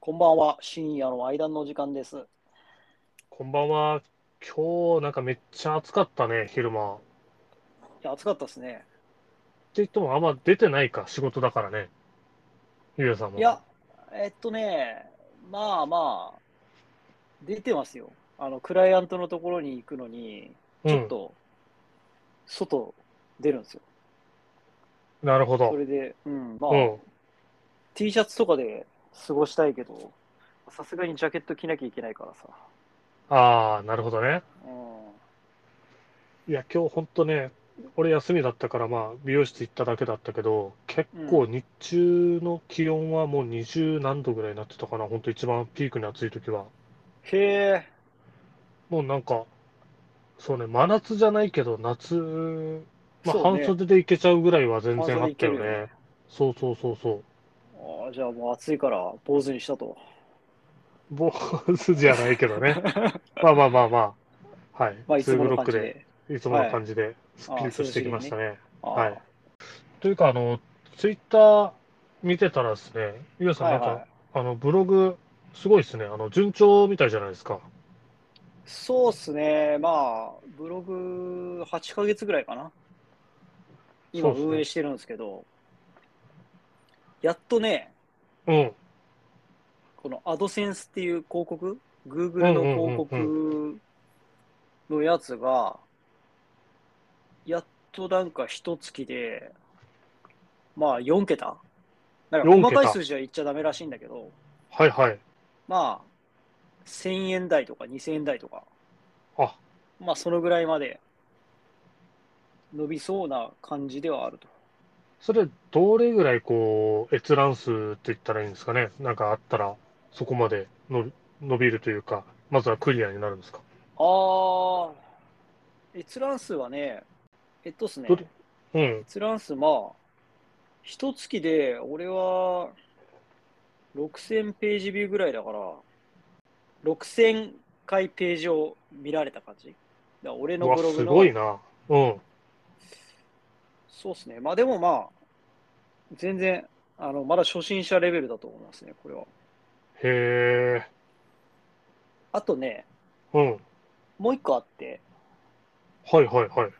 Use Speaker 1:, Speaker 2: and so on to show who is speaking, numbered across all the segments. Speaker 1: こんばんは、深夜の間の時間です。
Speaker 2: こんばんは。今日なんかめっちゃ暑かったね、昼間。っ
Speaker 1: いや、暑かったですね。
Speaker 2: て言ってもあんま出てないか、仕事だからね。ゆうやさんも。
Speaker 1: いや、えっとね、まあまあ、出てますよ。あの、クライアントのところに行くのに、
Speaker 2: うん、
Speaker 1: ちょっと、外出るんですよ。
Speaker 2: なるほ
Speaker 1: そ
Speaker 2: ど。
Speaker 1: れで、うん、まあ、
Speaker 2: うん
Speaker 1: T シャツとかで過ごしたいけど、さすがにジャケット着なきゃいけないからさ。
Speaker 2: ああ、なるほどね。
Speaker 1: うん、
Speaker 2: いや、今日ほんとね、俺休みだったから、まあ、美容室行っただけだったけど、結構日中の気温はもう20何度ぐらいになってたかな、ほんと一番ピークに暑い時は。
Speaker 1: へえ、
Speaker 2: もうなんか、そうね、真夏じゃないけど、夏、まあ、
Speaker 1: そうね
Speaker 2: 半袖でいけちゃうぐらいは全然あった
Speaker 1: 半
Speaker 2: よ
Speaker 1: 袖いけるよ
Speaker 2: ね。そうそうそうそう。
Speaker 1: あーじゃあもう暑いから坊主にしたと。
Speaker 2: 坊主じゃないけど ね。まあまあまあまあ。はい。
Speaker 1: まあ、いつもの
Speaker 2: ツーブロッ
Speaker 1: 感
Speaker 2: ク
Speaker 1: じ
Speaker 2: で、
Speaker 1: で。
Speaker 2: いつもの感じで、すっきりとしてきましたね。
Speaker 1: あー
Speaker 2: はいというか、あの、ツイッター見てたらですね、ゆうやさん、
Speaker 1: は
Speaker 2: ないんか、
Speaker 1: はい。
Speaker 2: あの、ブログ、すごいですね。あの、順調みたいじゃないですか。
Speaker 1: そうっすね、まあ、ブログ8ヶ月ぐらいかな、今、
Speaker 2: そうっすね
Speaker 1: 運営してるんですけど、やっとね、
Speaker 2: うん。
Speaker 1: このアドセンスっていう広告、Google の広
Speaker 2: うんう
Speaker 1: 告のやつが、やっとなんか一月で、まあ4桁なんか
Speaker 2: 4桁
Speaker 1: 細かい数字は言っちゃダメらしいんだけど、
Speaker 2: はいはい。
Speaker 1: まあ、1000円台とか2000円台とか、
Speaker 2: あ、
Speaker 1: まあ、そのぐらいまで伸びそうな感じではあると。
Speaker 2: それ、どれぐらい、こう、閲覧数って言ったらいいんですかね。なんかあったら、そこまでの伸びるというか、まずはクリアになるんですか。
Speaker 1: ああ、閲覧数はね、えっとですね
Speaker 2: ど、れうん。
Speaker 1: 閲覧数、まあ、一月で俺は6000ページビューぐらいだから、6000回ページを見られた感じ。だから俺
Speaker 2: う
Speaker 1: の
Speaker 2: わ、
Speaker 1: ブログ
Speaker 2: す
Speaker 1: の、
Speaker 2: ごいな。うん。
Speaker 1: そうですね、まあでもまあ、全然、あのまだ初心者レベルだと思いますね、これは。
Speaker 2: へえ。
Speaker 1: あとね、
Speaker 2: うん。
Speaker 1: もう一個あって、
Speaker 2: はいはいはい。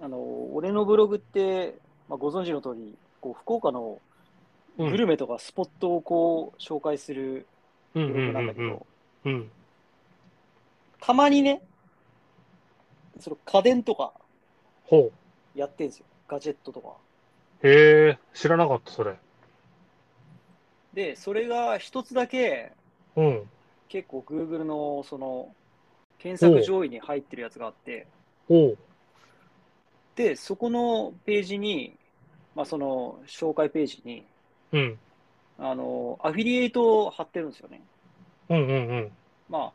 Speaker 1: あの俺のブログって、まあ、ご存知の通りこう福岡の
Speaker 2: う
Speaker 1: グ
Speaker 2: ん
Speaker 1: ルメとかスポットをこう紹介する
Speaker 2: う
Speaker 1: ブ
Speaker 2: んう
Speaker 1: ログ
Speaker 2: ん
Speaker 1: な
Speaker 2: うんん
Speaker 1: だけど、
Speaker 2: うん。うん。
Speaker 1: たまにねその家電とか
Speaker 2: ほ
Speaker 1: やってんですよガジェットとか
Speaker 2: う。へえ、知らなかった、それ。
Speaker 1: でそれが一つだけ
Speaker 2: うん。
Speaker 1: 結構 Google のその検索上位に入ってるやつがあって
Speaker 2: ほう。
Speaker 1: でそこのページに、まあ、その紹介ページに
Speaker 2: うん。
Speaker 1: あのアフィリエイトを貼ってるんですよね
Speaker 2: うんうんうん。
Speaker 1: まあ、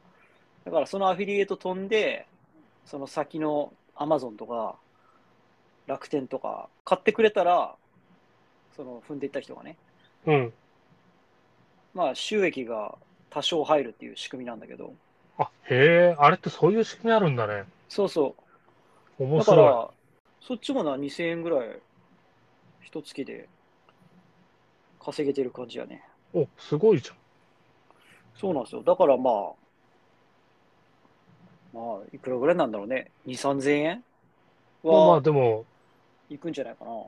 Speaker 1: だからそのアフィリエイト飛んで、その先のアマゾンとか、楽天とか、買ってくれたら、その踏んでいった人がね、
Speaker 2: うん。
Speaker 1: まあ、収益が多少入るっていう仕組みなんだけど、
Speaker 2: あ、へえ、あれってそういう仕組みあるんだね。
Speaker 1: そうそ
Speaker 2: 面
Speaker 1: う、だか
Speaker 2: 白
Speaker 1: ら、そっちもな、2000円ぐらい、一月で稼げてる感じやね。
Speaker 2: い。お、すごいじゃん。
Speaker 1: そうなんですよ。だからまあ、まあ、いくらぐらいなんだろうね。2、3000円
Speaker 2: まあまあ、
Speaker 1: は、
Speaker 2: でも、
Speaker 1: いくんじゃないかな。
Speaker 2: お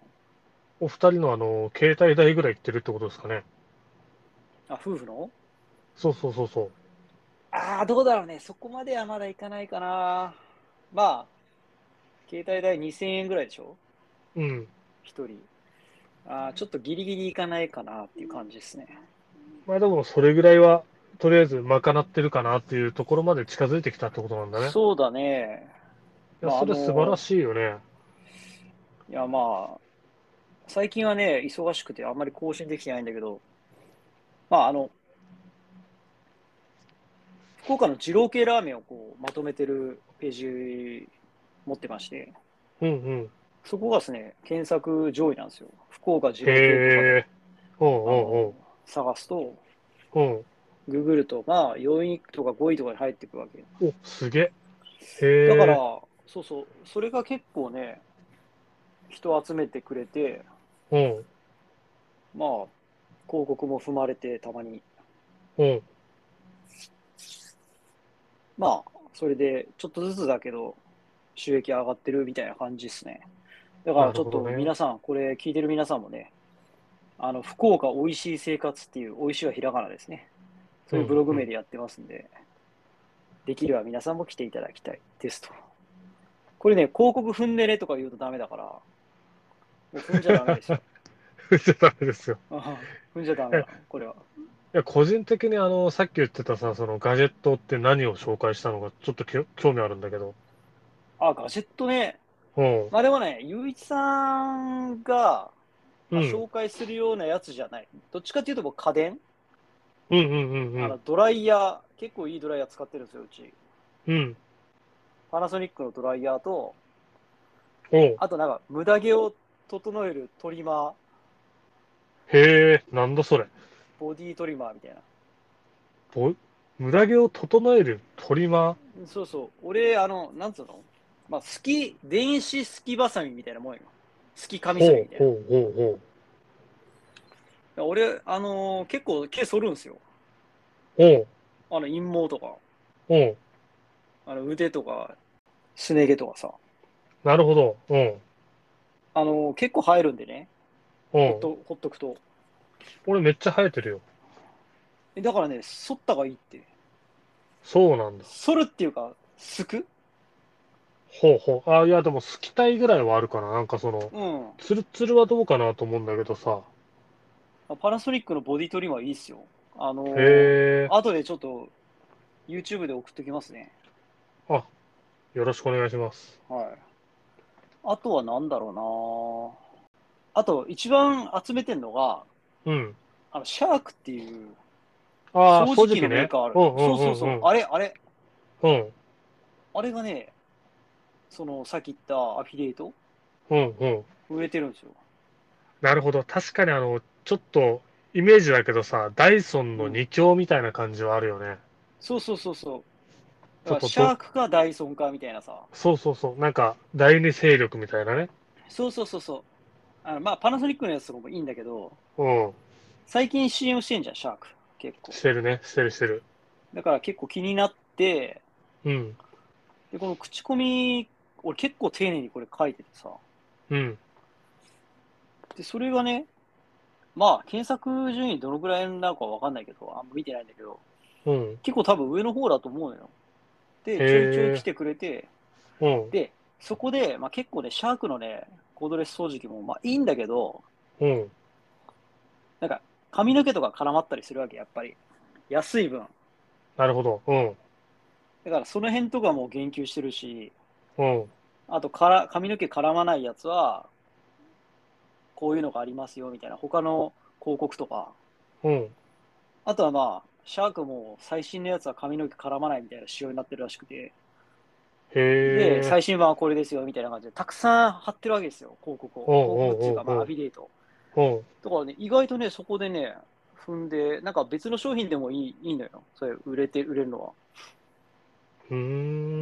Speaker 2: 二人のあの、携帯代ぐらいいってるってことですかね。
Speaker 1: あ、夫婦の
Speaker 2: そうそうそうそう。
Speaker 1: ああ、どうだろうね。そこまではまだいかないかな。まあ、携帯代2000円ぐらいでしょ
Speaker 2: うん。
Speaker 1: ?1 人。ああ、ちょっとギリギリいかないかなっていう感じですね。
Speaker 2: まあでも、それぐらいは、とりあえず賄ってるかなっていうところまで近づいてきたってことなんだね。
Speaker 1: そうだね。
Speaker 2: いや、それ素晴らしいよね。
Speaker 1: いや、まあ、最近はね、忙しくてあんまり更新できてないんだけど、まあ、あの、福岡の二郎系ラーメンをこうまとめてるページ持ってまして、
Speaker 2: うんうん。
Speaker 1: そこがですね、検索上位なんですよ。福岡二郎系とかで
Speaker 2: へえ。お
Speaker 1: あの
Speaker 2: う
Speaker 1: 探すと、
Speaker 2: おうおう。うん。
Speaker 1: Google と、まあ、4位とか5位とかに入ってくるわけ。
Speaker 2: お、すげえ。へえ。
Speaker 1: だから、そうそう、それが結構ね、人集めてくれて、
Speaker 2: うん。
Speaker 1: まあ、広告も踏まれて、たまに
Speaker 2: うん。
Speaker 1: まあ、それでちょっとずつだけど、収益上がってるみたいな感じですね。だからちょっと
Speaker 2: なるほどね
Speaker 1: 皆さん、これ聞いてる皆さんもね、あの福岡おいしい生活っていう、おいしいはひらがなですね。そういうブログ名でやってますんで、できれば皆さんも来ていただきたいですと。これね、広告踏んでねとか言うとダメだから、もう踏んじゃダメ ですよ。
Speaker 2: じゃダメですよ。
Speaker 1: あ踏んじゃダメだ、これは。
Speaker 2: いや、個人的にあの、さっき言ってたさ、そのガジェットって何を紹介したのか、ちょっときょ興味あるんだけど。
Speaker 1: あ、ガジェットね。
Speaker 2: うん。
Speaker 1: まあでもね、ゆういちさんが、まあ
Speaker 2: うん
Speaker 1: 紹介するようなやつじゃない。どっちかっていうともう家電、
Speaker 2: うんうんうんう
Speaker 1: あ
Speaker 2: ん
Speaker 1: の。ドライヤー、結構いいドライヤー使ってるんですよ、うち。
Speaker 2: うん。
Speaker 1: パナソニックのドライヤーと、
Speaker 2: おう
Speaker 1: あとなんか、無駄毛を整えるトリマー、
Speaker 2: へえ、なんだそれ。
Speaker 1: ボディトリマーみたいな。
Speaker 2: ぼ無駄毛を整えるトリマー。
Speaker 1: そうそう。俺、あの、なんつうのまあ、好き、電子すきばさみみたいなもんよ。すきカミ
Speaker 2: ほ
Speaker 1: ソリみ
Speaker 2: う
Speaker 1: たいな。
Speaker 2: ほうほうほ
Speaker 1: 俺、あのー結構毛剃るんですよ。
Speaker 2: う。おう
Speaker 1: あの、陰毛とか、
Speaker 2: おう。
Speaker 1: あの腕とか、すね毛とかさ。
Speaker 2: なるほど。うん。
Speaker 1: あのー結構生えるんでね。
Speaker 2: う
Speaker 1: ほっ
Speaker 2: ん。
Speaker 1: と、ほっとくと。
Speaker 2: 俺めっちゃ生えてるよ。
Speaker 1: えだからね、剃ったがいいって。
Speaker 2: そうなんだ。
Speaker 1: 剃るっていうか、すく
Speaker 2: ほうほう。あ、いや、でも、好きたいぐらいはあるかな。なんかその、
Speaker 1: うん。
Speaker 2: ツルツルはどうかなと思うんだけどさ。
Speaker 1: パナソニックのボディトリマーいいっすよ。あのー、
Speaker 2: へえ、
Speaker 1: 後でちょっと、YouTube で送っときますね。
Speaker 2: よろしくお願いします。
Speaker 1: はい。あとはなんだろうなあと、一番集めてるのが、
Speaker 2: うん。
Speaker 1: あの、シャークっていう、
Speaker 2: ああ、
Speaker 1: 掃
Speaker 2: 掃
Speaker 1: 除
Speaker 2: 除
Speaker 1: 機
Speaker 2: 機
Speaker 1: のメー
Speaker 2: ね。
Speaker 1: カーある。
Speaker 2: うんうんうんうん
Speaker 1: そうそうそう。あれ、あれ、
Speaker 2: うん。
Speaker 1: あれがね、その、さっき言ったアフィリエイト
Speaker 2: うんうん。
Speaker 1: 売れてるんですよ。
Speaker 2: なるほど。確かに、あの、ちょっと、イメージだけどさ、ダイソン
Speaker 1: う
Speaker 2: の
Speaker 1: ん
Speaker 2: 2強みたいな感じはあるよね。
Speaker 1: そうそうそうそう。
Speaker 2: ちょっとど
Speaker 1: シャークかダイソンかみたいなさ。
Speaker 2: そうそうそう。なんか、第二勢力みたいなね。
Speaker 1: そうそうそうそう。あのまあ、パナソニックのやつとかもいいんだけど、
Speaker 2: うん。
Speaker 1: 最近 CM してんじゃん、シャーク。結構
Speaker 2: し。てるね。してるしてる。
Speaker 1: だから結構気になって、
Speaker 2: うん。
Speaker 1: で、この口コミ、俺結構丁寧にこれ書いててさ。
Speaker 2: うん。
Speaker 1: で、それがね、まあ、検索順位どのぐらいなのかわかんないけど、あんま見てないんだけど、
Speaker 2: うん。
Speaker 1: 結構多分上の方だと思うのよ。で、
Speaker 2: へ
Speaker 1: ち
Speaker 2: ー
Speaker 1: ょいちょい来てくれて、
Speaker 2: うん。
Speaker 1: で、そこで、まあ結構ね、シャークのね、コードレス掃除機も、まあいいんだけど、
Speaker 2: うん。
Speaker 1: 髪の毛とか絡まったりするわけ、やっぱり。安い分。
Speaker 2: なるほど。うん。
Speaker 1: だからその辺とかも言及してるし、
Speaker 2: うん。
Speaker 1: あとから髪の毛絡まないやつは、こういうのがありますよ、みたいな。他の広告とか。
Speaker 2: うん。
Speaker 1: あとはまあ、シャークも最新のやつは髪の毛絡まないみたいな仕様になってるらしくて、
Speaker 2: へ
Speaker 1: で、
Speaker 2: え。
Speaker 1: 最新版はこれですよみたいな感じで、たくさん貼ってるわけですよ、広告を。広
Speaker 2: おうおうおうおう
Speaker 1: 告っていうか、まあ、アフィリエイト。
Speaker 2: うん。
Speaker 1: だからね、意外とね、そこでね、踏んで、なんか別の商品でもいいいいのよ、それ、売れて、売れるのは。
Speaker 2: うー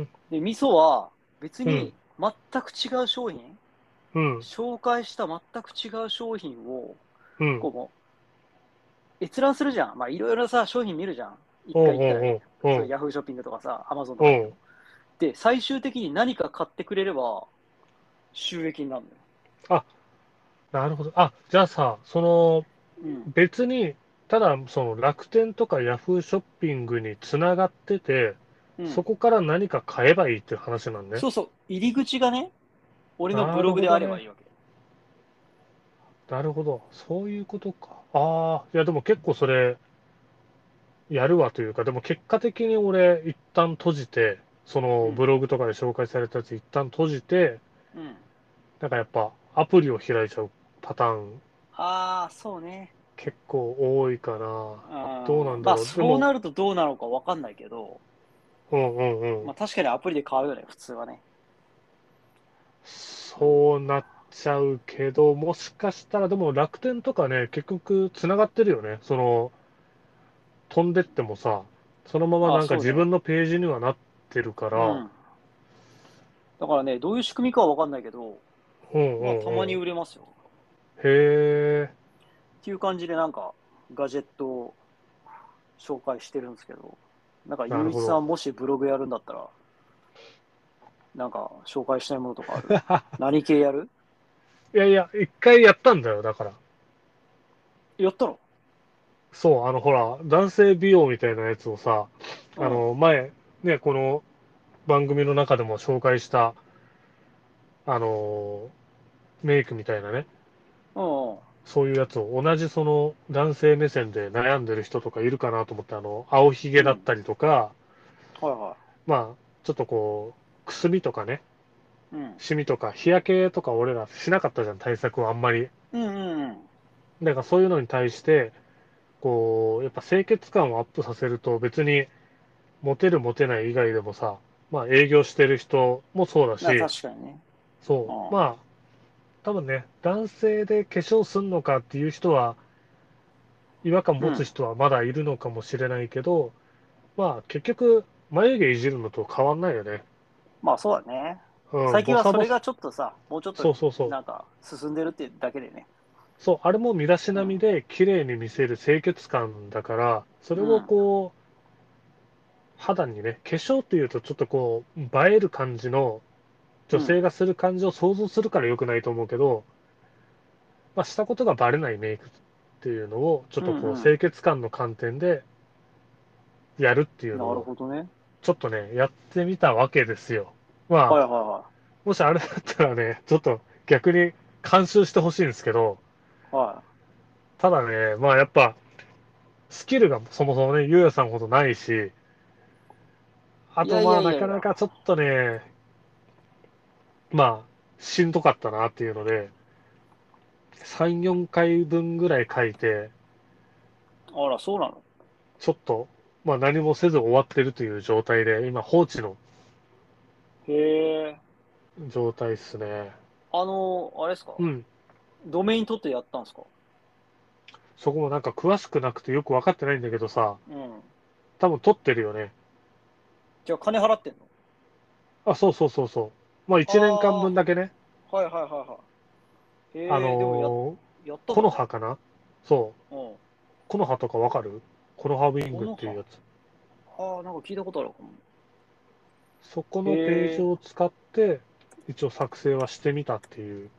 Speaker 2: ん。
Speaker 1: で、味噌は別
Speaker 2: う
Speaker 1: に
Speaker 2: ん
Speaker 1: 全く違う商品、
Speaker 2: うん。
Speaker 1: 紹介した全く違う商品を、
Speaker 2: うん。
Speaker 1: こうもう、閲覧するじゃん。まあ、いろいろさ、商品見るじゃん。一
Speaker 2: うん
Speaker 1: 回
Speaker 2: う
Speaker 1: 一回。
Speaker 2: んう。
Speaker 1: そうんヤフーショッピングとかさ、アマゾンと
Speaker 2: う
Speaker 1: か
Speaker 2: ん。うん。
Speaker 1: で、最終的に何か買ってくれれば収益になる
Speaker 2: なるほど。あ、じゃあさ、その、
Speaker 1: のよ。うん。
Speaker 2: 別に、ただ、その楽天とかヤフーショッピングにつながってて、
Speaker 1: うん、
Speaker 2: そこから何か買えばいいっていう話なんね。
Speaker 1: そうそう、入り口がね、俺のブログであればいいわけ。
Speaker 2: なるほど。そういうことか。ああ、いや、でも結構それ、やるわというか、でも結果的に俺、一旦閉じて、その
Speaker 1: うん
Speaker 2: ブログとかで紹介されたやつ一旦閉じて、
Speaker 1: うん、
Speaker 2: なんかやっぱアプリを開いちゃうパターン
Speaker 1: ああ、そうね。
Speaker 2: 結構多いかな。
Speaker 1: あー
Speaker 2: どうなんだ
Speaker 1: ま
Speaker 2: ろう
Speaker 1: あ、
Speaker 2: でも
Speaker 1: そうなるとどうなのかわかんないけど、
Speaker 2: うんうんう
Speaker 1: ま
Speaker 2: ん
Speaker 1: あ、。確かにアプリで買うよね、普通はね。
Speaker 2: そうなっちゃうけど、もしかしたらでも楽天とかね、結局つながってるよね。その、飛んでってもさ、そのままなん
Speaker 1: あそうだ
Speaker 2: か
Speaker 1: よ
Speaker 2: 自分のページにはなってるか
Speaker 1: う
Speaker 2: ら、
Speaker 1: ん、だからね、どういう仕組みかはわかんないけど、
Speaker 2: うんうん
Speaker 1: ま
Speaker 2: う
Speaker 1: あ、
Speaker 2: ん
Speaker 1: たまに売れますよ。
Speaker 2: へえ、
Speaker 1: っていう感じで、なんか、ガジェット紹介してるんですけど、なんか、
Speaker 2: な
Speaker 1: ゆ
Speaker 2: る
Speaker 1: う
Speaker 2: ほ
Speaker 1: い
Speaker 2: ど
Speaker 1: ちさん、もしブログやるんだったら、なんか、紹介したいものとかある 何系やる
Speaker 2: いやいや、一回やったんだよ、だから。
Speaker 1: やったの
Speaker 2: そう、あの、ほら、男性美容みたいなやつをさ、あの、前、ね、この番組の中でも紹介した、あの、メイクみたいなね、
Speaker 1: うんうん。
Speaker 2: そういうやつを同じその男性目線で悩んでる人とかいるかなと思って、あの、青ひげだったりとか、
Speaker 1: はいは
Speaker 2: まあ、ちょっとこう、くすみとかね、
Speaker 1: い。うん。
Speaker 2: シミとか、日焼けとか俺らしなかったじゃん、対策をあんまり。
Speaker 1: うんうんうん。
Speaker 2: だからそういうのに対して、こう、やっぱ清潔感をアップさせると別に、モテるモテない以外でもさ、まあ営業してる人もそうだし、
Speaker 1: な確かにね。
Speaker 2: そうう、
Speaker 1: ん
Speaker 2: まあ、多分ね、男性で化粧すんのかっていう人は、違和感持つ人はまだいるのかもしれないけど、まあ結局、眉毛いじるのと変わんないよね。
Speaker 1: まあそうだね。
Speaker 2: うん、
Speaker 1: 最近は
Speaker 2: ボサ
Speaker 1: そ
Speaker 2: ボ
Speaker 1: れ
Speaker 2: サ
Speaker 1: がちょっとさ、もうちょっ
Speaker 2: そう
Speaker 1: と
Speaker 2: そうそう。
Speaker 1: なんか進んでるってだけでね。
Speaker 2: そう、あれも身だしなみで綺麗に見せる清潔感だから、それをこう、肌にね、化粧っていうとちょっとこう、映える感じの、女性がする感じを想像するから良くないと思うけど、まあ、したことがバレないメイクっていうのを、ちょっとこう
Speaker 1: う、んうん
Speaker 2: 清潔感の観点でやるってい
Speaker 1: な
Speaker 2: う
Speaker 1: る
Speaker 2: のを、
Speaker 1: ほどね。
Speaker 2: ちょっとね、やってみたわけですよ。まあ、
Speaker 1: はいはいは
Speaker 2: もしあれだったらね、ちょっと逆に監修してほしいんですけど、
Speaker 1: い。は
Speaker 2: ただね、まあやっぱ、スキルがそもそもね、ゆうやさんほどないし、あ
Speaker 1: い
Speaker 2: と
Speaker 1: やいや
Speaker 2: まあ
Speaker 1: いやい
Speaker 2: な
Speaker 1: や
Speaker 2: かなかちょっとね、まあ、しんどかったなっていうので、3、4回分ぐらい書いて、
Speaker 1: い。あら、そうなの
Speaker 2: ちょっと、まあ何もせず終わってるという状態で、今放置の
Speaker 1: へえ。
Speaker 2: 状態ですね。
Speaker 1: あの、あれですか、
Speaker 2: うん。
Speaker 1: ドメイン取ってやったんですか
Speaker 2: そこもなんか詳しくなくてよく分かってないんだけどさ、
Speaker 1: うん。
Speaker 2: 多分取ってるよね。
Speaker 1: じゃあ金払ってんの
Speaker 2: あ、そうそうそうそう。まあ1年間分だけね。
Speaker 1: はいはいはいはい。へえ、
Speaker 2: あ
Speaker 1: でも
Speaker 2: のー、
Speaker 1: ややった
Speaker 2: 木
Speaker 1: んだ
Speaker 2: の葉かなそう。
Speaker 1: うん。
Speaker 2: 木の葉とかわかる木の葉ウィングっていうやつ。
Speaker 1: ああ、なんか聞いたことあるかも。
Speaker 2: そこのページを使って、一応作成はしてみたっていう。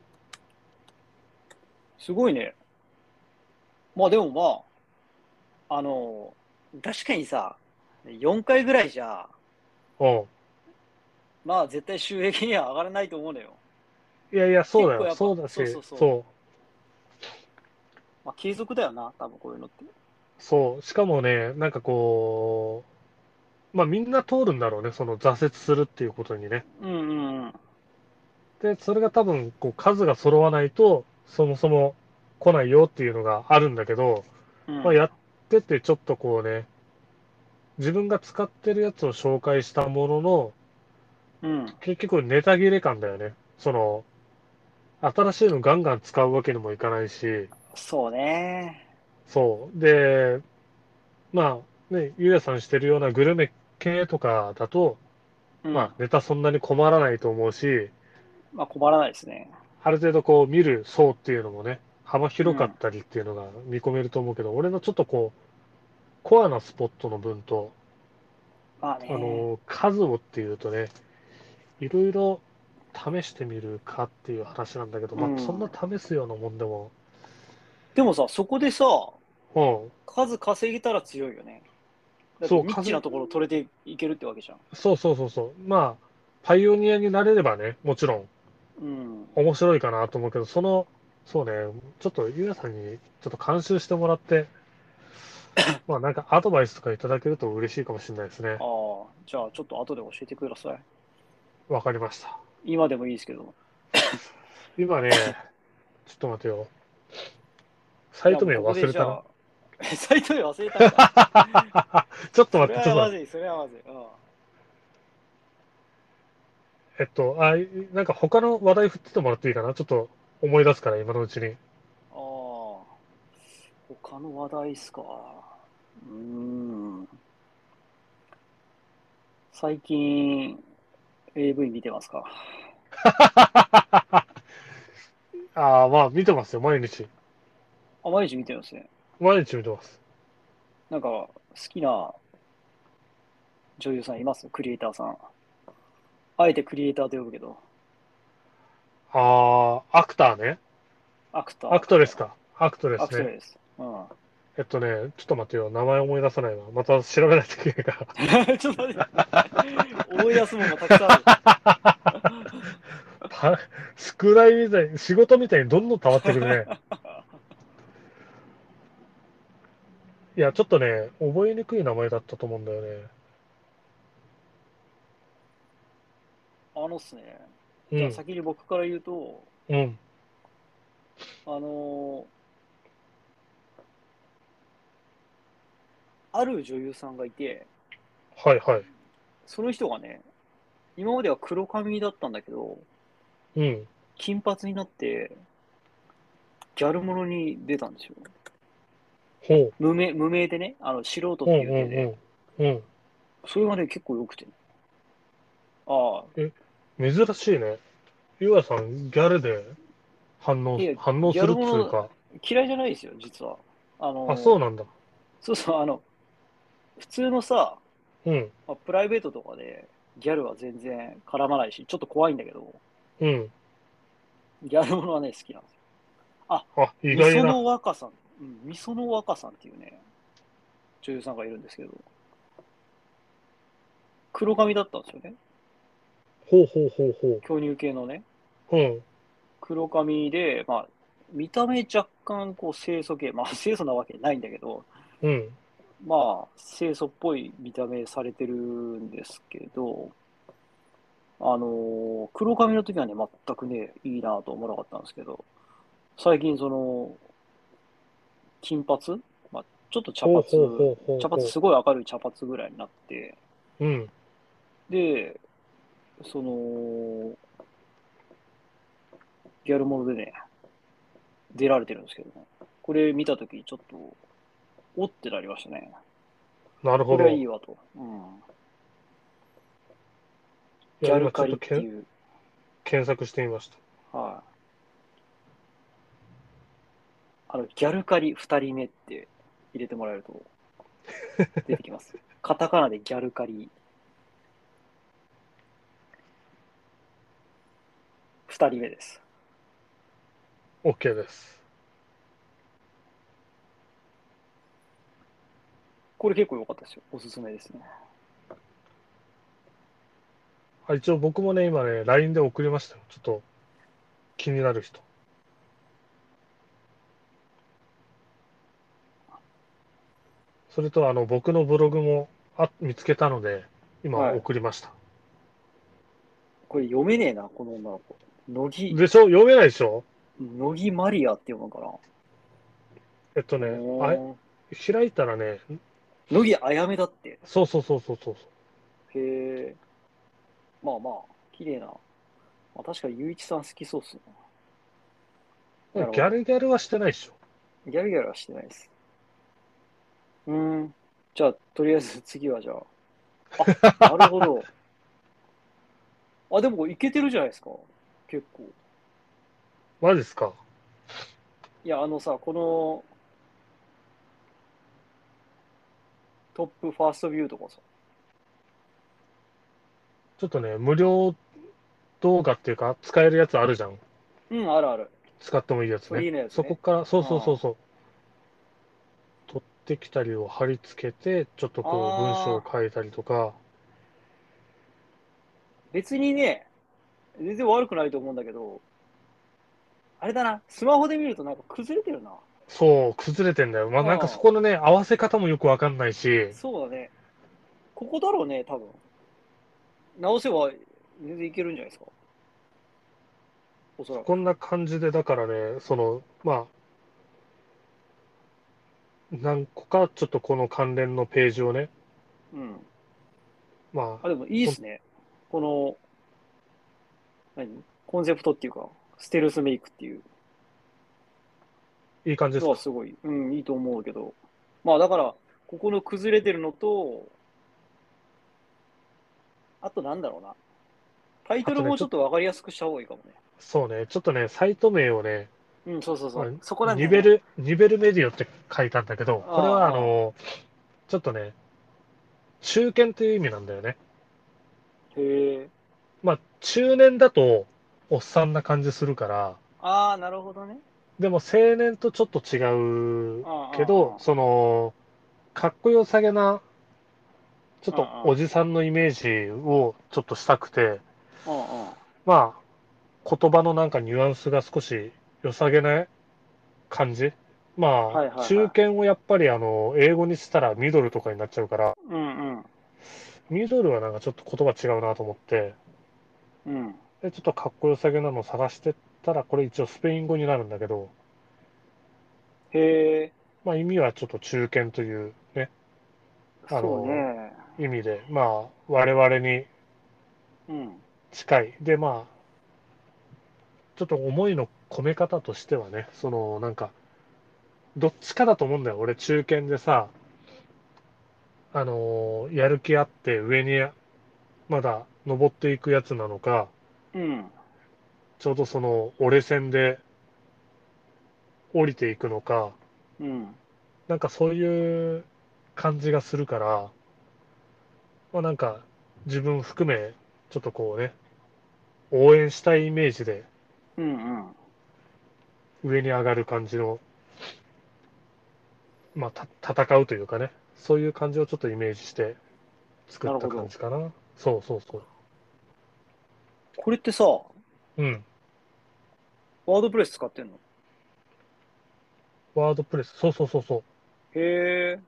Speaker 1: すごいね。まあでもまあ、あの、確かにさ、4回ぐらいじゃ、
Speaker 2: うん。
Speaker 1: まあ絶対収益には上がらないと思うのよ。
Speaker 2: いやいや、そう
Speaker 1: 結
Speaker 2: だ
Speaker 1: 構やっ
Speaker 2: よ。
Speaker 1: ぱ
Speaker 2: そうだし、
Speaker 1: そ
Speaker 2: そう
Speaker 1: そ
Speaker 2: うそうう
Speaker 1: そ
Speaker 2: そうう
Speaker 1: まあ継続だよな、多分こういうのって。
Speaker 2: しかもね、なんかこう、まあみんな通るんだろうね。その挫折するっていうことにね。
Speaker 1: うんうんうん。
Speaker 2: で、それが多分、こう数が揃わないと、そもそも来ないよっていうのがあるんだけど、
Speaker 1: うん
Speaker 2: まあ、やっててちょっとこうね、自分が使ってるやつを紹介したものの、
Speaker 1: うん、
Speaker 2: 結局ネタ切れ感だよね。その、新しいのガンガン使うわけにもいかないし、
Speaker 1: そうね。
Speaker 2: そう。で、まあ、ね、ゆうやさんしてるようなグルメ系とかだと、
Speaker 1: うん、
Speaker 2: まあ、ネタそんなに困らないと思うし、
Speaker 1: まあ困らないですね。
Speaker 2: ある程度こう見る層っていうのもね、幅広かったりっていうのが見込めると思うけど、俺のちょっとこう、コアなスポットの分と、
Speaker 1: まあね。
Speaker 2: あの数をっていうとね、いろいろ試してみるかっていう話なんだけど、ま
Speaker 1: うん
Speaker 2: あ、そんな試すようなもんでも、
Speaker 1: でもさ、そこでさ、
Speaker 2: うん、
Speaker 1: 数稼げたら強いよね。だって
Speaker 2: そう
Speaker 1: ニッチなところ取れていけるってわけじゃん。
Speaker 2: そうそうそうそう、まあ、パイオニアになれればね、もちろん
Speaker 1: うん。
Speaker 2: 面白いかなと思うけど、その、そうね、ちょっとゆうやさんにちょっと監修しても らって、まあなんかアドバイスとかいただけると嬉しいかもしれないですね
Speaker 1: あ。あ、じゃあちょっと後で教えてください。
Speaker 2: わかりました。
Speaker 1: 今でもいいですけど。
Speaker 2: 今ね、ちょっと待てよ。サイト名忘れたな。
Speaker 1: な。 サイト名忘れたんだ。
Speaker 2: ちょっと
Speaker 1: そ
Speaker 2: 待っ
Speaker 1: れ
Speaker 2: て、ちょっと
Speaker 1: はま
Speaker 2: 待って。
Speaker 1: ずい、それはまずい。うん
Speaker 2: えっと、あ、いなんか他の話題振っててもらっていいかなちょっと思い出すから、今のうちに。
Speaker 1: ああ、他の話題っすか。うーん。最近、AV 見てますか。
Speaker 2: ああ、まあ見てますよ、毎日。
Speaker 1: あ、毎日見てるんですね。
Speaker 2: 毎日見てます。
Speaker 1: なんか好きな女優さんいますクリエイターさん。あえてクリエイターと呼ぶけど、
Speaker 2: ああ、アクターね。
Speaker 1: アクター。
Speaker 2: アクトレス。か。アクトレ
Speaker 1: アク
Speaker 2: ス
Speaker 1: ト
Speaker 2: ね。
Speaker 1: レス。うん。
Speaker 2: えっとね、ちょっと待ってよ。名前思い出さないわ。また調べないといけないから。
Speaker 1: ちょっと待って。思い出すものがたくさんある。
Speaker 2: パ宿題みたいに、仕事みたいにどんどん溜まってく るね。いや、ちょっとね、覚えにくい名前だったと思うんだよね。
Speaker 1: あのっすね。
Speaker 2: う
Speaker 1: じゃあ
Speaker 2: ん。
Speaker 1: 先に僕から言うと、
Speaker 2: うん。
Speaker 1: あのーある女優さんがいて、
Speaker 2: はいはい。
Speaker 1: その人がね、今までは黒髪だったんだけど、
Speaker 2: うん。
Speaker 1: 金髪になって、ギャルものに出たんですよ。
Speaker 2: ほう。
Speaker 1: 無名無名でね、あの素人って
Speaker 2: うん
Speaker 1: いう
Speaker 2: う
Speaker 1: 手で、
Speaker 2: んうん。
Speaker 1: それがね、結構良くて。あ
Speaker 2: うん。珍しいね。ゆうやさん、ギャルで反応
Speaker 1: いや、
Speaker 2: 反応するっていうか。
Speaker 1: あ、嫌いじゃないですよ、実は。あのー
Speaker 2: あ、そうなんだ。
Speaker 1: そうそう、あの、普通のさ、
Speaker 2: うん。
Speaker 1: まあプライベートとかでギャルは全然絡まないし、ちょっと怖いんだけど、
Speaker 2: うん。
Speaker 1: ギャルものはね、好きなんですよ。
Speaker 2: あ、意
Speaker 1: み
Speaker 2: 外
Speaker 1: そ
Speaker 2: な。
Speaker 1: の若さん、うん、みその若さんっていうね、女優さんがいるんですけど、黒髪だったんですよね。
Speaker 2: ほうほうほうほ
Speaker 1: 巨乳系のね、
Speaker 2: う。うん。
Speaker 1: 黒髪で、まあ、見た目若干こう清楚系、まあ 清楚なわけないんだけど、
Speaker 2: うん。
Speaker 1: まあ、清楚っぽい見た目されてるんですけど、あのー黒髪の時はね、全くね、いいなと思わなかったんですけど、最近、その、金髪、まあ、ちょっと茶
Speaker 2: ほう
Speaker 1: 髪、
Speaker 2: ほうほうほう。
Speaker 1: 茶髪、すごい明るい茶髪ぐらいになって、
Speaker 2: うん。
Speaker 1: で、その、ギャルモノでね、出られてるんですけどね、これ見た時ちょっと、おってなりましたね。
Speaker 2: なるほ
Speaker 1: こ
Speaker 2: ど。
Speaker 1: れはいいわと。うん、ギャルカリって
Speaker 2: いや今ちょっとけん
Speaker 1: いう。
Speaker 2: 検索してみました。
Speaker 1: はい。あの、ギャルカリ2人目って入れてもらえる と出てきます。カタカナでギャルカリ2人目です。
Speaker 2: OK です。
Speaker 1: これ結構良かったですよ。おすすめですね。
Speaker 2: あ一応僕もね、今ね、LINE で送りましたよ。ちょっと気になる人。それと、あの、僕のブログもあ見つけたので、今
Speaker 1: はい
Speaker 2: 送りました。
Speaker 1: これ読めねえな、この女の子。乃木、
Speaker 2: でしょ読めないでしょ
Speaker 1: 乃木マリアって読むのか
Speaker 2: えっとね、
Speaker 1: な。
Speaker 2: あれ開いたらね、
Speaker 1: 乃木あやめだって。
Speaker 2: そうそうそうそうそう。
Speaker 1: へえ。まあまあ、綺麗な。まあ、確かに、ゆういちさん好きそうっすね。
Speaker 2: ギ
Speaker 1: なるほど
Speaker 2: ャルギャルはしてないでしょ。
Speaker 1: ギャルギャルはしてないです。うーん。じゃあ、とりあえず次はじゃあ。あ、なるほ ど。あ、でも、いけてるじゃないですか。結構。
Speaker 2: マジですか
Speaker 1: いや、あのさ、この、トップファーストビューとかさ。
Speaker 2: ちょっとね、無料動画っていうか、使えるやつあるじゃん。
Speaker 1: うん、あるある。
Speaker 2: 使ってもいいやつ
Speaker 1: フリー
Speaker 2: ね。
Speaker 1: のやつ、ね。
Speaker 2: そこから、そうそうそうそう。取ってきたりを貼り付けて、ちょっとこう
Speaker 1: あー
Speaker 2: 文章を書いたりとか、
Speaker 1: 別にね、全然悪くないと思うんだけど、あれだな、スマホで見るとなんか崩れてるな。
Speaker 2: そう、崩れてんだよ。まあ
Speaker 1: あー
Speaker 2: なんかそこのね、合わせ方もよくわかんないし、
Speaker 1: そうだね。ここだろうね、多分。直せば全然いけるんじゃないですか。おそらく。
Speaker 2: こんな感じで、だからね、その、まあ、何個かちょっとこの関連のページをね、
Speaker 1: うん。
Speaker 2: まあ
Speaker 1: あ、、でもいいっすね。この、何コンセプトっていうか、ステルスメイクっていう
Speaker 2: いい感じです
Speaker 1: のは
Speaker 2: か。
Speaker 1: すごい、うん、いいと思うけど。まあだから、ここの崩れてるのと、あとなんだろうな。タイトルもちょっとわかりやすくした方がいいかもね。
Speaker 2: そうね、ちょっとね、サイト名をね、
Speaker 1: うん、そうそうそ。
Speaker 2: はいう
Speaker 1: そこなんだ
Speaker 2: ニ
Speaker 1: よ
Speaker 2: ベ
Speaker 1: ね
Speaker 2: ル、ニベルメディオって書いたんだけど、これは
Speaker 1: あ
Speaker 2: あ
Speaker 1: ー
Speaker 2: の、ちょっとね、中堅っていう意味なんだよね。
Speaker 1: へえ。
Speaker 2: まあ、中年だと、おっさんな感じするから、
Speaker 1: ああ、なるほどね。
Speaker 2: でも青年とちょっと違う
Speaker 1: ああ
Speaker 2: けど、その、かっこよさげな、ちょっと
Speaker 1: ああ
Speaker 2: おじさんのイメージをちょっとしたくて、
Speaker 1: ああうんうん。
Speaker 2: まあ、言葉のなんかニュアンスが少し良さげな感じ。まあ、
Speaker 1: はいはいはい
Speaker 2: 中堅をやっぱりあの、英語にしたらミドルとかになっちゃうから、
Speaker 1: うん
Speaker 2: ミドルはなんかちょっと言葉違うなと思って、
Speaker 1: うん。うん。
Speaker 2: でちょっとかっこよさげなのを探してったら、これ一応スペイン語になるんだけど、
Speaker 1: へえ。
Speaker 2: まあ意味はちょっと中堅というね、あの
Speaker 1: そうね。
Speaker 2: 意味で、まあ我々に
Speaker 1: うん。
Speaker 2: 近い。で、まあ、ちょっと思いの込め方としてはね、そのなんか、どっちかだと思うんだよ。俺中堅でさ、あのーやる気あって上にまだ登っていくやつなのか、
Speaker 1: うん。
Speaker 2: ちょうどその折れ線で降りていくのか、
Speaker 1: うん。
Speaker 2: なんかそういう感じがするから、まあなんか自分含め、ちょっとこうね、応援したいイメージで
Speaker 1: うんうん。
Speaker 2: 上に上がる感じの、まあた戦うというかね、そういう感じをちょっとイメージして作った感じかな。そうそうそう。
Speaker 1: これってさ、
Speaker 2: うん。
Speaker 1: ワードプレス使ってんの
Speaker 2: ワードプレス、そうそうそうそう。
Speaker 1: へえ。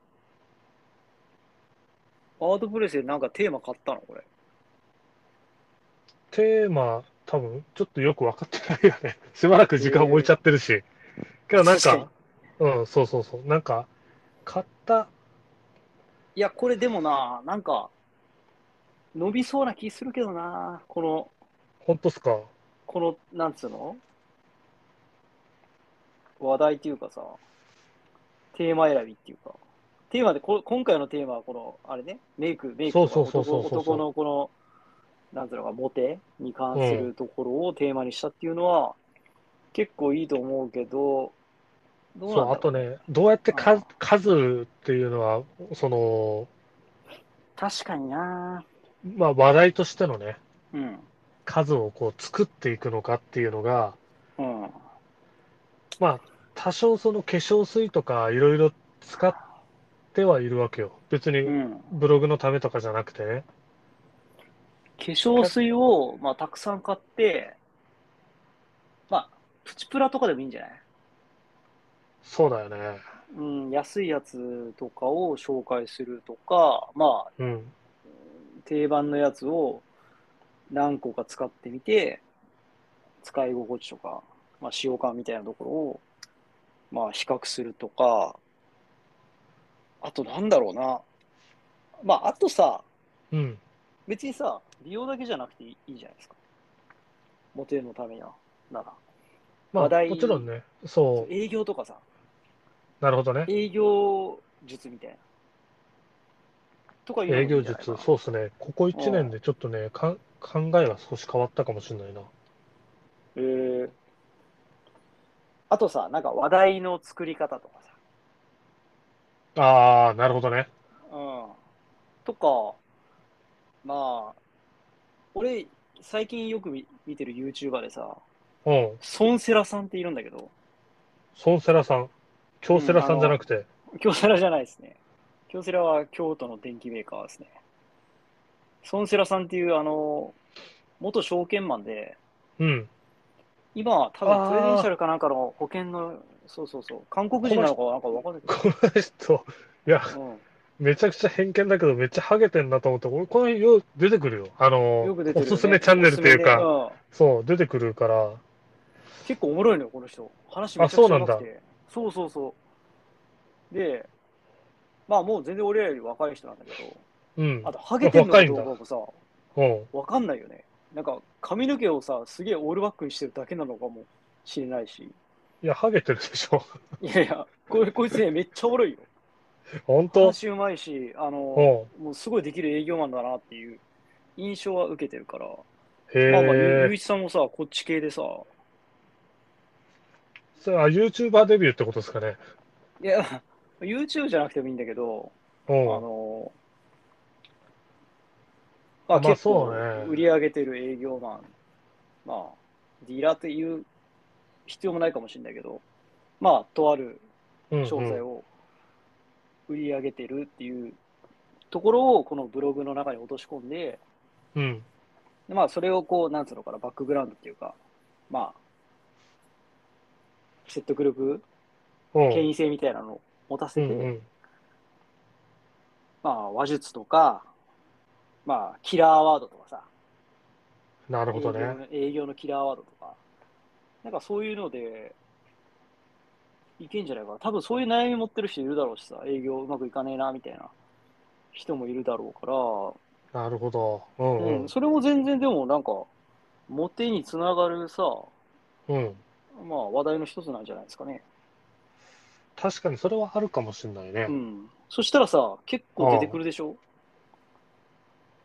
Speaker 1: ワードプレスでなんかテーマ買ったのこれ。
Speaker 2: テーマ、多分ちょっとよく分かってないよね。 しばらく時間置いちゃってるし。けどなん
Speaker 1: 確
Speaker 2: か、うん、そうそうそう。なんか、買った、
Speaker 1: いや、これでもな、なんか、伸びそうな気するけどな、この、
Speaker 2: 本当っすか。
Speaker 1: この、なんつうの話題っていうかさ、テーマ選びっていうか、テーマでこ、今回のテーマはこの、あれね、メイク、メイクとか
Speaker 2: そうそうそうそうそうそう
Speaker 1: 男男のこの、なんつうのか、モテに関するところをテーマにしたっていうのは、結構いいと思うけど、どう
Speaker 2: そう、
Speaker 1: な
Speaker 2: あ
Speaker 1: んだろ
Speaker 2: と
Speaker 1: う
Speaker 2: ね、どうやって
Speaker 1: あ
Speaker 2: か
Speaker 1: ー
Speaker 2: 数っていうのは、その、
Speaker 1: 確かにな
Speaker 2: まあ話題としてのね、
Speaker 1: うん。
Speaker 2: 数をこう作っていくのかっていうのが、
Speaker 1: うん。
Speaker 2: まあ、多少その化粧水とかいろいろ使ってはいるわけよ。別
Speaker 1: う
Speaker 2: に
Speaker 1: ん。
Speaker 2: ブログのためとかじゃなくてね。
Speaker 1: 化粧水を、まあ、たくさん買って、まあ、プチプラとかでもいいんじゃない
Speaker 2: そうだよね。
Speaker 1: うん、安いやつとかを紹介するとか、まあ、
Speaker 2: うん。
Speaker 1: 定番のやつを何個か使ってみて、使い心地とか、まあ、使用感みたいなところを、まあ、比較するとか、あと、なんだろうな。まあ、あとさ、
Speaker 2: うん。
Speaker 1: 別にさ、美容だけじゃなくていいいいじゃないですか。モテるのためには、なら。
Speaker 2: ま
Speaker 1: 話
Speaker 2: あ、
Speaker 1: 題
Speaker 2: もちろんね、そう、
Speaker 1: 営業とかさ、
Speaker 2: なるほどね。
Speaker 1: 営業術みたいな。とかいうのもい
Speaker 2: 営
Speaker 1: いんじゃな
Speaker 2: 業
Speaker 1: いか
Speaker 2: 術、
Speaker 1: な
Speaker 2: そうですね。ここ1年でちょっとね、か考えが少し変わったかもしれないな。
Speaker 1: えーあとさ、なんか話題の作り方とかさ、
Speaker 2: ああ、なるほどね。
Speaker 1: うん、とか、まあ、俺、最近よく見見てる YouTuber でさ、
Speaker 2: うん。
Speaker 1: ソンセラさんっているんだけど、
Speaker 2: ソンセラさん。京セラさんじゃなくて。
Speaker 1: 京セラじゃないですね。京セラは京都の電機メーカーですね。ソンセラさんっていう、あの、元証券マンで、
Speaker 2: うん。
Speaker 1: 今、多分プレデンシャルかなんかの保険の、そうそうそう、韓国人なのかなんかわかんないけ
Speaker 2: この人、いや、
Speaker 1: ど、
Speaker 2: めちゃくちゃ偏見だけど、めっちゃハゲてんなと思って、俺、この辺よう出てくるよ。あ
Speaker 1: う
Speaker 2: の
Speaker 1: ん、よく出て
Speaker 2: お
Speaker 1: る、ね。
Speaker 2: すすめチャンネルと
Speaker 1: おす
Speaker 2: いう
Speaker 1: すめで
Speaker 2: か、
Speaker 1: うん
Speaker 2: そう、出てくるから、
Speaker 1: 結構おもろいのよ、この人。話めちゃくちゃ上手くて。そうそうそう。で、まあもう全然俺らより若い人なんだけど、
Speaker 2: うん
Speaker 1: あ。と、ハゲてんのか
Speaker 2: 若い
Speaker 1: ど
Speaker 2: んだ
Speaker 1: うかもさ、
Speaker 2: うん。
Speaker 1: わかんないよね。なんか、髪の毛をさ、すげえオールバックにしてるだけなのかもしれないし。
Speaker 2: いや、ハゲてるでしょ。
Speaker 1: いやいや、これこいつね、めっちゃおもろいよ。
Speaker 2: 本当
Speaker 1: 話うまいし、あの、
Speaker 2: うん。
Speaker 1: もうすごいできる営業マンだなっていう印象は受けてるから、まあまあ、ゆ
Speaker 2: へ
Speaker 1: ゆう
Speaker 2: え。
Speaker 1: いちさんもさ、こっち系でさ、
Speaker 2: それあ、YouTuber デビューってことですかね。
Speaker 1: いや、YouTube じゃなくてもいいんだけど、
Speaker 2: う
Speaker 1: あ
Speaker 2: ん。
Speaker 1: の、まあ
Speaker 2: まあ
Speaker 1: 結構
Speaker 2: そうね
Speaker 1: 売り上げてる営業マン、まあ、ディーラーという必要もないかもしれないけど、まあ、とある
Speaker 2: うんうん
Speaker 1: 商材を売り上げてるっていうところをこのブログの中に落とし込んで、
Speaker 2: うん。
Speaker 1: でまあ、それをこう、なんつうのかな、バックグラウンドっていうか、まあ、説得力、
Speaker 2: うん。
Speaker 1: 権威性みたいなのを持た
Speaker 2: う
Speaker 1: せ
Speaker 2: ん
Speaker 1: て、
Speaker 2: うん。
Speaker 1: まあ、話術とか、まあ、キラーワードとかさ、
Speaker 2: なる
Speaker 1: 営
Speaker 2: ほ
Speaker 1: 業
Speaker 2: ど
Speaker 1: の
Speaker 2: ね。
Speaker 1: 営業のキラーワードとか、なんかそういうので、いけんじゃないかな。多分そういう悩み持ってる人いるだろうしさ、営業うまくいかねえな、みたいな人もいるだろうから、
Speaker 2: なるほど。うんう
Speaker 1: うんん、。それも全然でもなんか、モテにつながるさ、
Speaker 2: うん。
Speaker 1: まあ話題の一つなんじゃないですかね。
Speaker 2: 確かにそれはあるかもしれないね。
Speaker 1: うん。そしたらさ、結構出てくるでしょ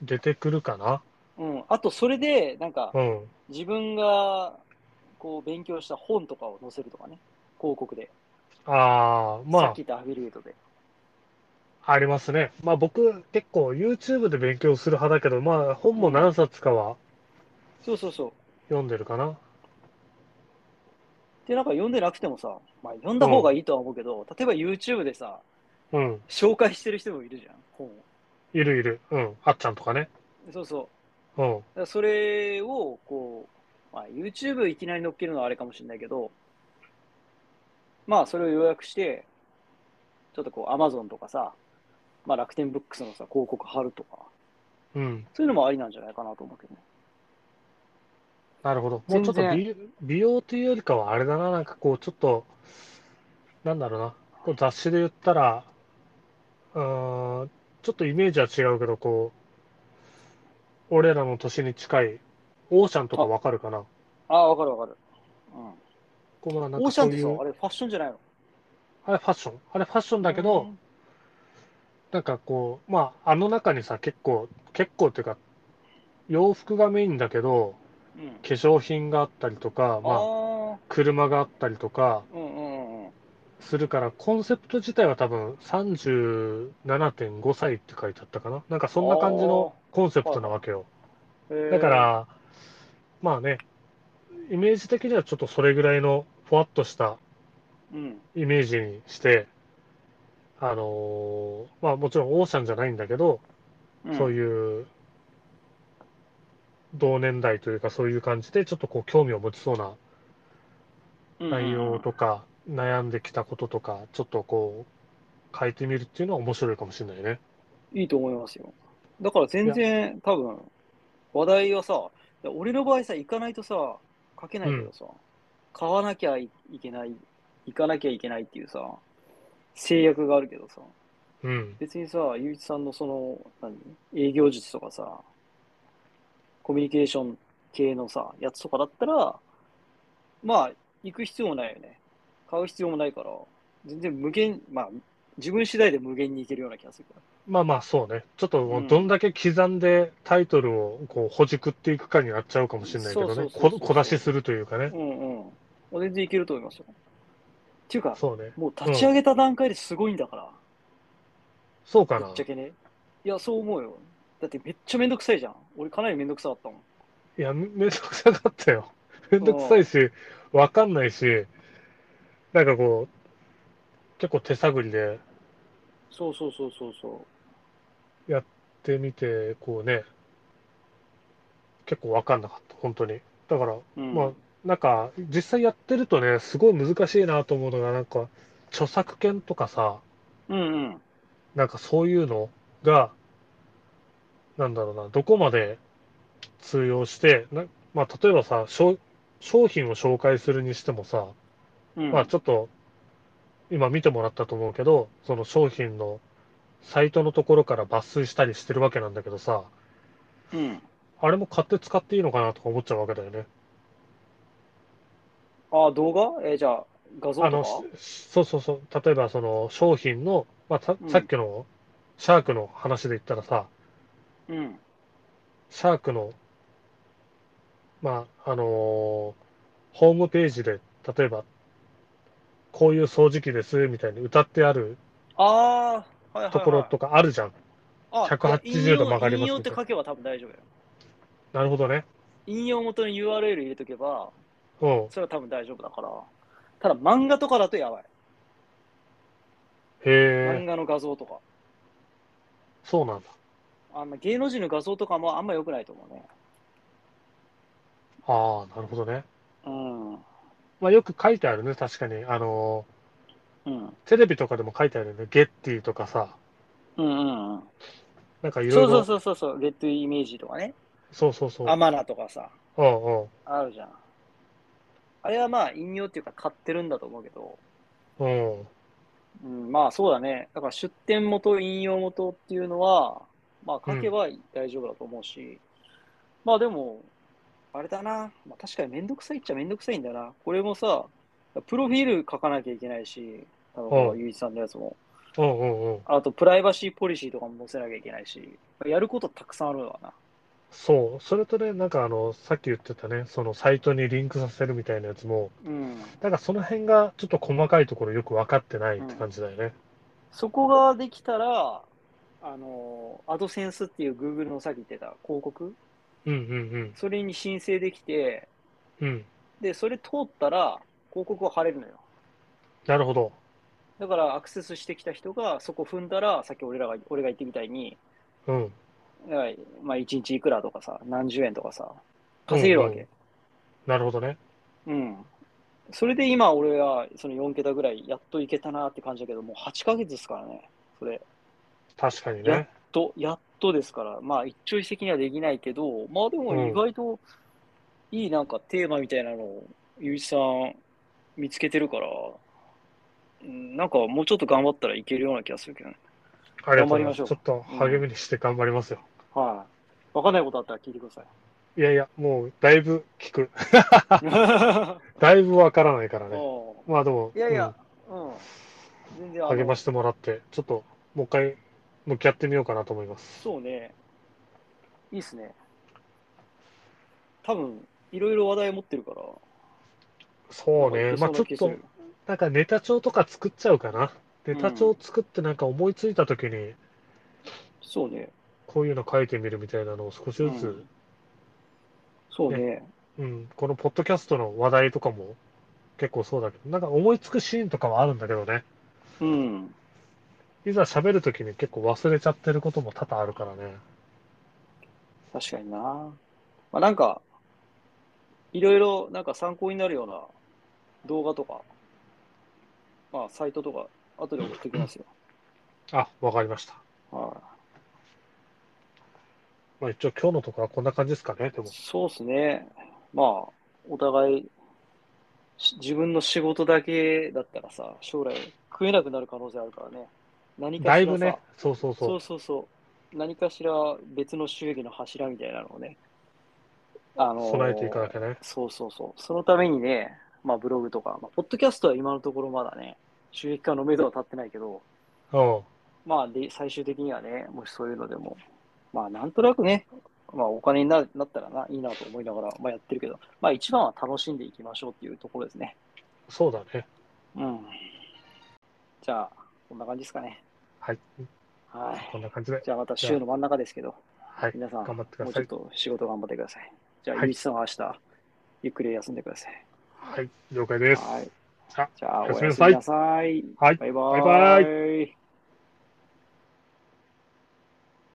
Speaker 2: 出てくるかな。
Speaker 1: うん。あとそれで、なんか
Speaker 2: う、ん。
Speaker 1: 自分がこう勉強した本とかを載せるとかね、広告で。
Speaker 2: ああ、
Speaker 1: さっ
Speaker 2: ま
Speaker 1: き言ったアフィリエイトで。
Speaker 2: あ、ありますね。まあ僕、結構 YouTube で勉強する派だけど、まあ本も何冊かは
Speaker 1: そうそうそう。
Speaker 2: 読んでるかな。
Speaker 1: で、なんか読んでなくてもさ、まあ読んだ方がいいとは思うけど、例えば YouTube でさ、
Speaker 2: うん。
Speaker 1: 紹介してる人もいるじゃん、本を。
Speaker 2: いるいる。うん。あっちゃんとかね。
Speaker 1: そうそう。
Speaker 2: う
Speaker 1: だ
Speaker 2: ん。
Speaker 1: からそれを、こう、まあ、YouTube いきなり乗っけるのはあれかもしれないけど、まあ、それを要約して、ちょっとこう、Amazon とかさ、まあ、楽天ブックスのさ、広告貼るとか、
Speaker 2: うん。
Speaker 1: そういうのもありなんじゃないかなと思うけどね。
Speaker 2: なるほど。も
Speaker 1: 全
Speaker 2: うちょっと
Speaker 1: 然
Speaker 2: 美美容というよりかはあれだな。なんかこう、ちょっと、なんだろうな。こう雑誌で言ったら、うーん、ちょっとイメージは違うけど、こう、俺らの年に近い、オーシャンとかわかるかな。
Speaker 1: ああ、わかるわかる。
Speaker 2: こうまあな
Speaker 1: うんん。オー
Speaker 2: か
Speaker 1: シャ
Speaker 2: そ
Speaker 1: ンっ
Speaker 2: う
Speaker 1: て
Speaker 2: い
Speaker 1: さ、
Speaker 2: う
Speaker 1: あれファッションじゃないの
Speaker 2: あれファッション。あれファッションだけど、、なんかこう、まあ、あの中にさ、結構、結構っていうか、洋服がメインだけど、
Speaker 1: うん。うん
Speaker 2: 化粧品があったりとか、
Speaker 1: あ
Speaker 2: まあ、
Speaker 1: あ
Speaker 2: 車があったりとか
Speaker 1: ー、うんうんうん。
Speaker 2: するから、コンセプト自体は多分37.5歳って書いてあったかな。なんかそんな感じのコンセプトなわけよ。
Speaker 1: えー
Speaker 2: だか、ら、まあね、イメージ的にはちょっとそれぐらいのふわっとした
Speaker 1: うん。
Speaker 2: イメージにして、あのーまあもちろんオーシャンじゃないんだけど、そう
Speaker 1: うん。
Speaker 2: いう同年代というかそういう感じでちょっとこう興味を持ちそうな内容とか悩んできたこととかちょっとこう書いてみるっていうのは面白いかもしれないね。
Speaker 1: いいと思いますよ。だから全然多分話題はさ、俺の場合さ、行かないとさ、書けないけどさ、買わなきゃいけない、行かなきゃいけないっていうさ、制約があるけどさ、
Speaker 2: うん。
Speaker 1: 別にさ、ゆういちさんのその、何営業術とかさ、コミュニケーション系のさ、やつとかだったら、まあ、行く必要もないよね。買う必要もないから、全然無限、まあ、自分次第で無限に行けるような気がするから。
Speaker 2: まあまあそうね。ちょっともううんどんだけ刻んでタイトルをこうほじくっていくかになっちゃうかもしれないけど
Speaker 1: そうそ
Speaker 2: ね。
Speaker 1: うそう
Speaker 2: こ
Speaker 1: そう
Speaker 2: 小出しするというかね。
Speaker 1: うんうん。全然いけると思いますよ。っていうか、
Speaker 2: そうね。
Speaker 1: もう立ち上げた段階ですごいんだから、
Speaker 2: そうか
Speaker 1: ぶ
Speaker 2: な
Speaker 1: っち。ゃけね。いや、そう思うよ。だってめっちゃめんどくさいじゃん。俺かなりめんどくさかったもん。
Speaker 2: いや、め めんどくさかったよ。めんどくさいし、わかんないし、なんかこう、結構手探りで
Speaker 1: そうそうそうそうそ
Speaker 2: やってみて、こうね、結構わかんなかった、本当に。だから、
Speaker 1: う。うん、
Speaker 2: まあ、なんか、実際やってるとね、すごい難しいなと思うのが、なんか、著作権とかさ、
Speaker 1: うんうん。
Speaker 2: なんかそういうのが、なんだろうな、どこまで通用して、なまあ、例えばさ、商商品を紹介するにしてもさ、
Speaker 1: うん、
Speaker 2: まあちょっと今見てもらったと思うけど、その商品のサイトのところから抜粋したりしてるわけなんだけどさ、
Speaker 1: うん。
Speaker 2: あれも買って使っていいのかなとか思っちゃうわけだよね。
Speaker 1: あ、動画えーじゃあ、画像
Speaker 2: あ
Speaker 1: と
Speaker 2: の
Speaker 1: か
Speaker 2: しそうそうそう、例えばその商品の、まあ、さ
Speaker 1: うん
Speaker 2: さっきのシャークの話で言ったらさ、
Speaker 1: うん。
Speaker 2: シャークの、まああのーホームページで、例えば、こういう掃除機ですみたいに歌ってある
Speaker 1: ああ、はいはいはい
Speaker 2: ところとかあるじゃん。
Speaker 1: あ
Speaker 2: 180度曲がります
Speaker 1: 引用って書けば多分大丈夫よ。
Speaker 2: なるほどね。
Speaker 1: 引用元に URL 入れとけば、
Speaker 2: うん。
Speaker 1: それは多分大丈夫だから。ただ漫画とかだとやばい。
Speaker 2: へえ
Speaker 1: 漫、画の画像とか。
Speaker 2: そうなんだ。
Speaker 1: あんま芸能人の画像とかもあんま良くないと思うね。
Speaker 2: ああ、なるほどね。
Speaker 1: うん。
Speaker 2: まあ、よく書いてあるね、確かに。あの
Speaker 1: うん。
Speaker 2: ー、テレビとかでも書いてあるよね。ゲッティとかさ、
Speaker 1: うんうんうん。
Speaker 2: なんかいろ
Speaker 1: そ
Speaker 2: い
Speaker 1: そ
Speaker 2: う
Speaker 1: う
Speaker 2: ろ、
Speaker 1: そうそうそう。ゲットイメージとかね。
Speaker 2: そうそうそう。
Speaker 1: アマナとかさ。
Speaker 2: うんうん。
Speaker 1: あるじゃん。あれはまあ引用っていうか買ってるんだと思うけど。
Speaker 2: うん。
Speaker 1: うん、まあそうだね。だから出典元、引用元っていうのは、まあ書けば大丈夫だと思うし、まあでも、あれだな。まあ、確かにめんどくさいっちゃめんどくさいんだよな。これもさ、プロフィール書かなきゃいけないし、あの
Speaker 2: うん
Speaker 1: ゆういちさんのやつも。
Speaker 2: うんうんうん。
Speaker 1: あと、プライバシーポリシーとかも載せなきゃいけないし、やることたくさんあるわな。
Speaker 2: そう。それとね、なんかあの、さっき言ってたね、そのサイトにリンクさせるみたいなやつも、
Speaker 1: うん。
Speaker 2: なんかその辺がちょっと細かいところよく分かってないって感じだよね。
Speaker 1: そこができたら、あの、アドセンスっていう Google のさっき言ってた広告、
Speaker 2: うんうん
Speaker 1: それに申請できて、
Speaker 2: うん。うん。
Speaker 1: で、それ通ったら、広告は貼れるのよ。
Speaker 2: なるほど。
Speaker 1: だから、アクセスしてきた人が、そこ踏んだら、さっき俺らが、俺が言ってみたいに、
Speaker 2: うん。
Speaker 1: はいまあ、1日いくらとかさ、何十円とかさ、稼げるわけ。
Speaker 2: なるほどね。
Speaker 1: うん、それで今、俺は、その4桁ぐらい、やっといけたなって感じだけど、もう8ヶ月ですからね。それ、
Speaker 2: 確かに
Speaker 1: やっ
Speaker 2: ね。
Speaker 1: と、やっとですから、まあ、一朝一夕にはできないけど、まあ、でも意外と、いいなんかテーマみたいなのを、ゆういちさん、見つけてるから、うんなんかもうちょっと頑張ったらいけるような気がするけどね。
Speaker 2: ありがとうございま
Speaker 1: 頑張りま
Speaker 2: す。
Speaker 1: しょう
Speaker 2: ちょっと励みにして頑張りますよ。
Speaker 1: はい。わかんないことあったら聞いてください。
Speaker 2: いやいや、もうだいぶ聞く。
Speaker 1: あ
Speaker 2: だいぶわからないからね。
Speaker 1: あ
Speaker 2: まあでも、
Speaker 1: いやいや、うん。全然
Speaker 2: うん
Speaker 1: あ
Speaker 2: 励ま
Speaker 1: の、
Speaker 2: してもらって、ちょっともう一回向き合ってみようかなと思います。
Speaker 1: そうね。いいっすね。多分、いろいろ話題持ってるから。
Speaker 2: そ
Speaker 1: な
Speaker 2: う
Speaker 1: ん
Speaker 2: ね。
Speaker 1: か
Speaker 2: まあ
Speaker 1: いけ
Speaker 2: ちょっ
Speaker 1: うな気す
Speaker 2: と
Speaker 1: る、
Speaker 2: なんかネタ帳とか作っちゃうかな。ネタ帳作ってなんか思いついた時に、
Speaker 1: そうね。
Speaker 2: こういうの書いてみるみたいなのを少しず
Speaker 1: う
Speaker 2: つ
Speaker 1: ん、そうね。
Speaker 2: うん、このポッドキャストの話題とかも結構そうだけど、なんか思いつくシーンとかはあるんだけどね。
Speaker 1: うん。
Speaker 2: いざ喋るときに結構忘れちゃってることも多々あるからね。
Speaker 1: 確かにな。まあ、なんか、いろいろなんか参考になるような動画とか、まあ、サイトとか、後で送ってきますよ。
Speaker 2: あ、わかりました。
Speaker 1: はい。
Speaker 2: まあ一応今日のとこはこんな感じですかね、でも。
Speaker 1: そうですね。まあ、お互い、し自分の仕事だけだったらさ、将来食えなくなる可能性あるからね。何かしらさ
Speaker 2: だいぶね、そうそう
Speaker 1: そ
Speaker 2: そう
Speaker 1: そうそう。何かしら別の収益の柱みたいなのをね。あ
Speaker 2: う、
Speaker 1: のー
Speaker 2: 備えていかなきゃね。
Speaker 1: そうそうそう。そのためにね、まあブログとか、まあ、ポッドキャストは今のところまだね、収益化の目処は立ってないけど、
Speaker 2: うん。
Speaker 1: まあで、最終的にはね、もしそういうのでも、まあ、なんとなくね、まあ、お金にななったらないいなと思いながら、まあ、やってるけど、まあ、一番は楽しんでいきましょうっていうところですね。
Speaker 2: そうだね。
Speaker 1: うん。じゃあ、こんな感じですかね。
Speaker 2: はい。
Speaker 1: はい。
Speaker 2: こんな感じで。
Speaker 1: じゃあ、また週の真ん中ですけど、
Speaker 2: はい。
Speaker 1: 皆さん、
Speaker 2: 頑
Speaker 1: も
Speaker 2: 張ってくだ
Speaker 1: うちょ
Speaker 2: さ
Speaker 1: っ
Speaker 2: い。
Speaker 1: と仕事頑張ってください。じゃあ、
Speaker 2: はい
Speaker 1: ゆういちさんは明日、ゆっくり休んでください。
Speaker 2: はい。了解です。
Speaker 1: はい。
Speaker 2: さあ
Speaker 1: じゃあ、お
Speaker 2: おや
Speaker 1: や
Speaker 2: す
Speaker 1: す
Speaker 2: み
Speaker 1: み
Speaker 2: な
Speaker 1: な
Speaker 2: さい
Speaker 1: さい。
Speaker 2: はい
Speaker 1: バイバ
Speaker 2: バイ
Speaker 1: イ。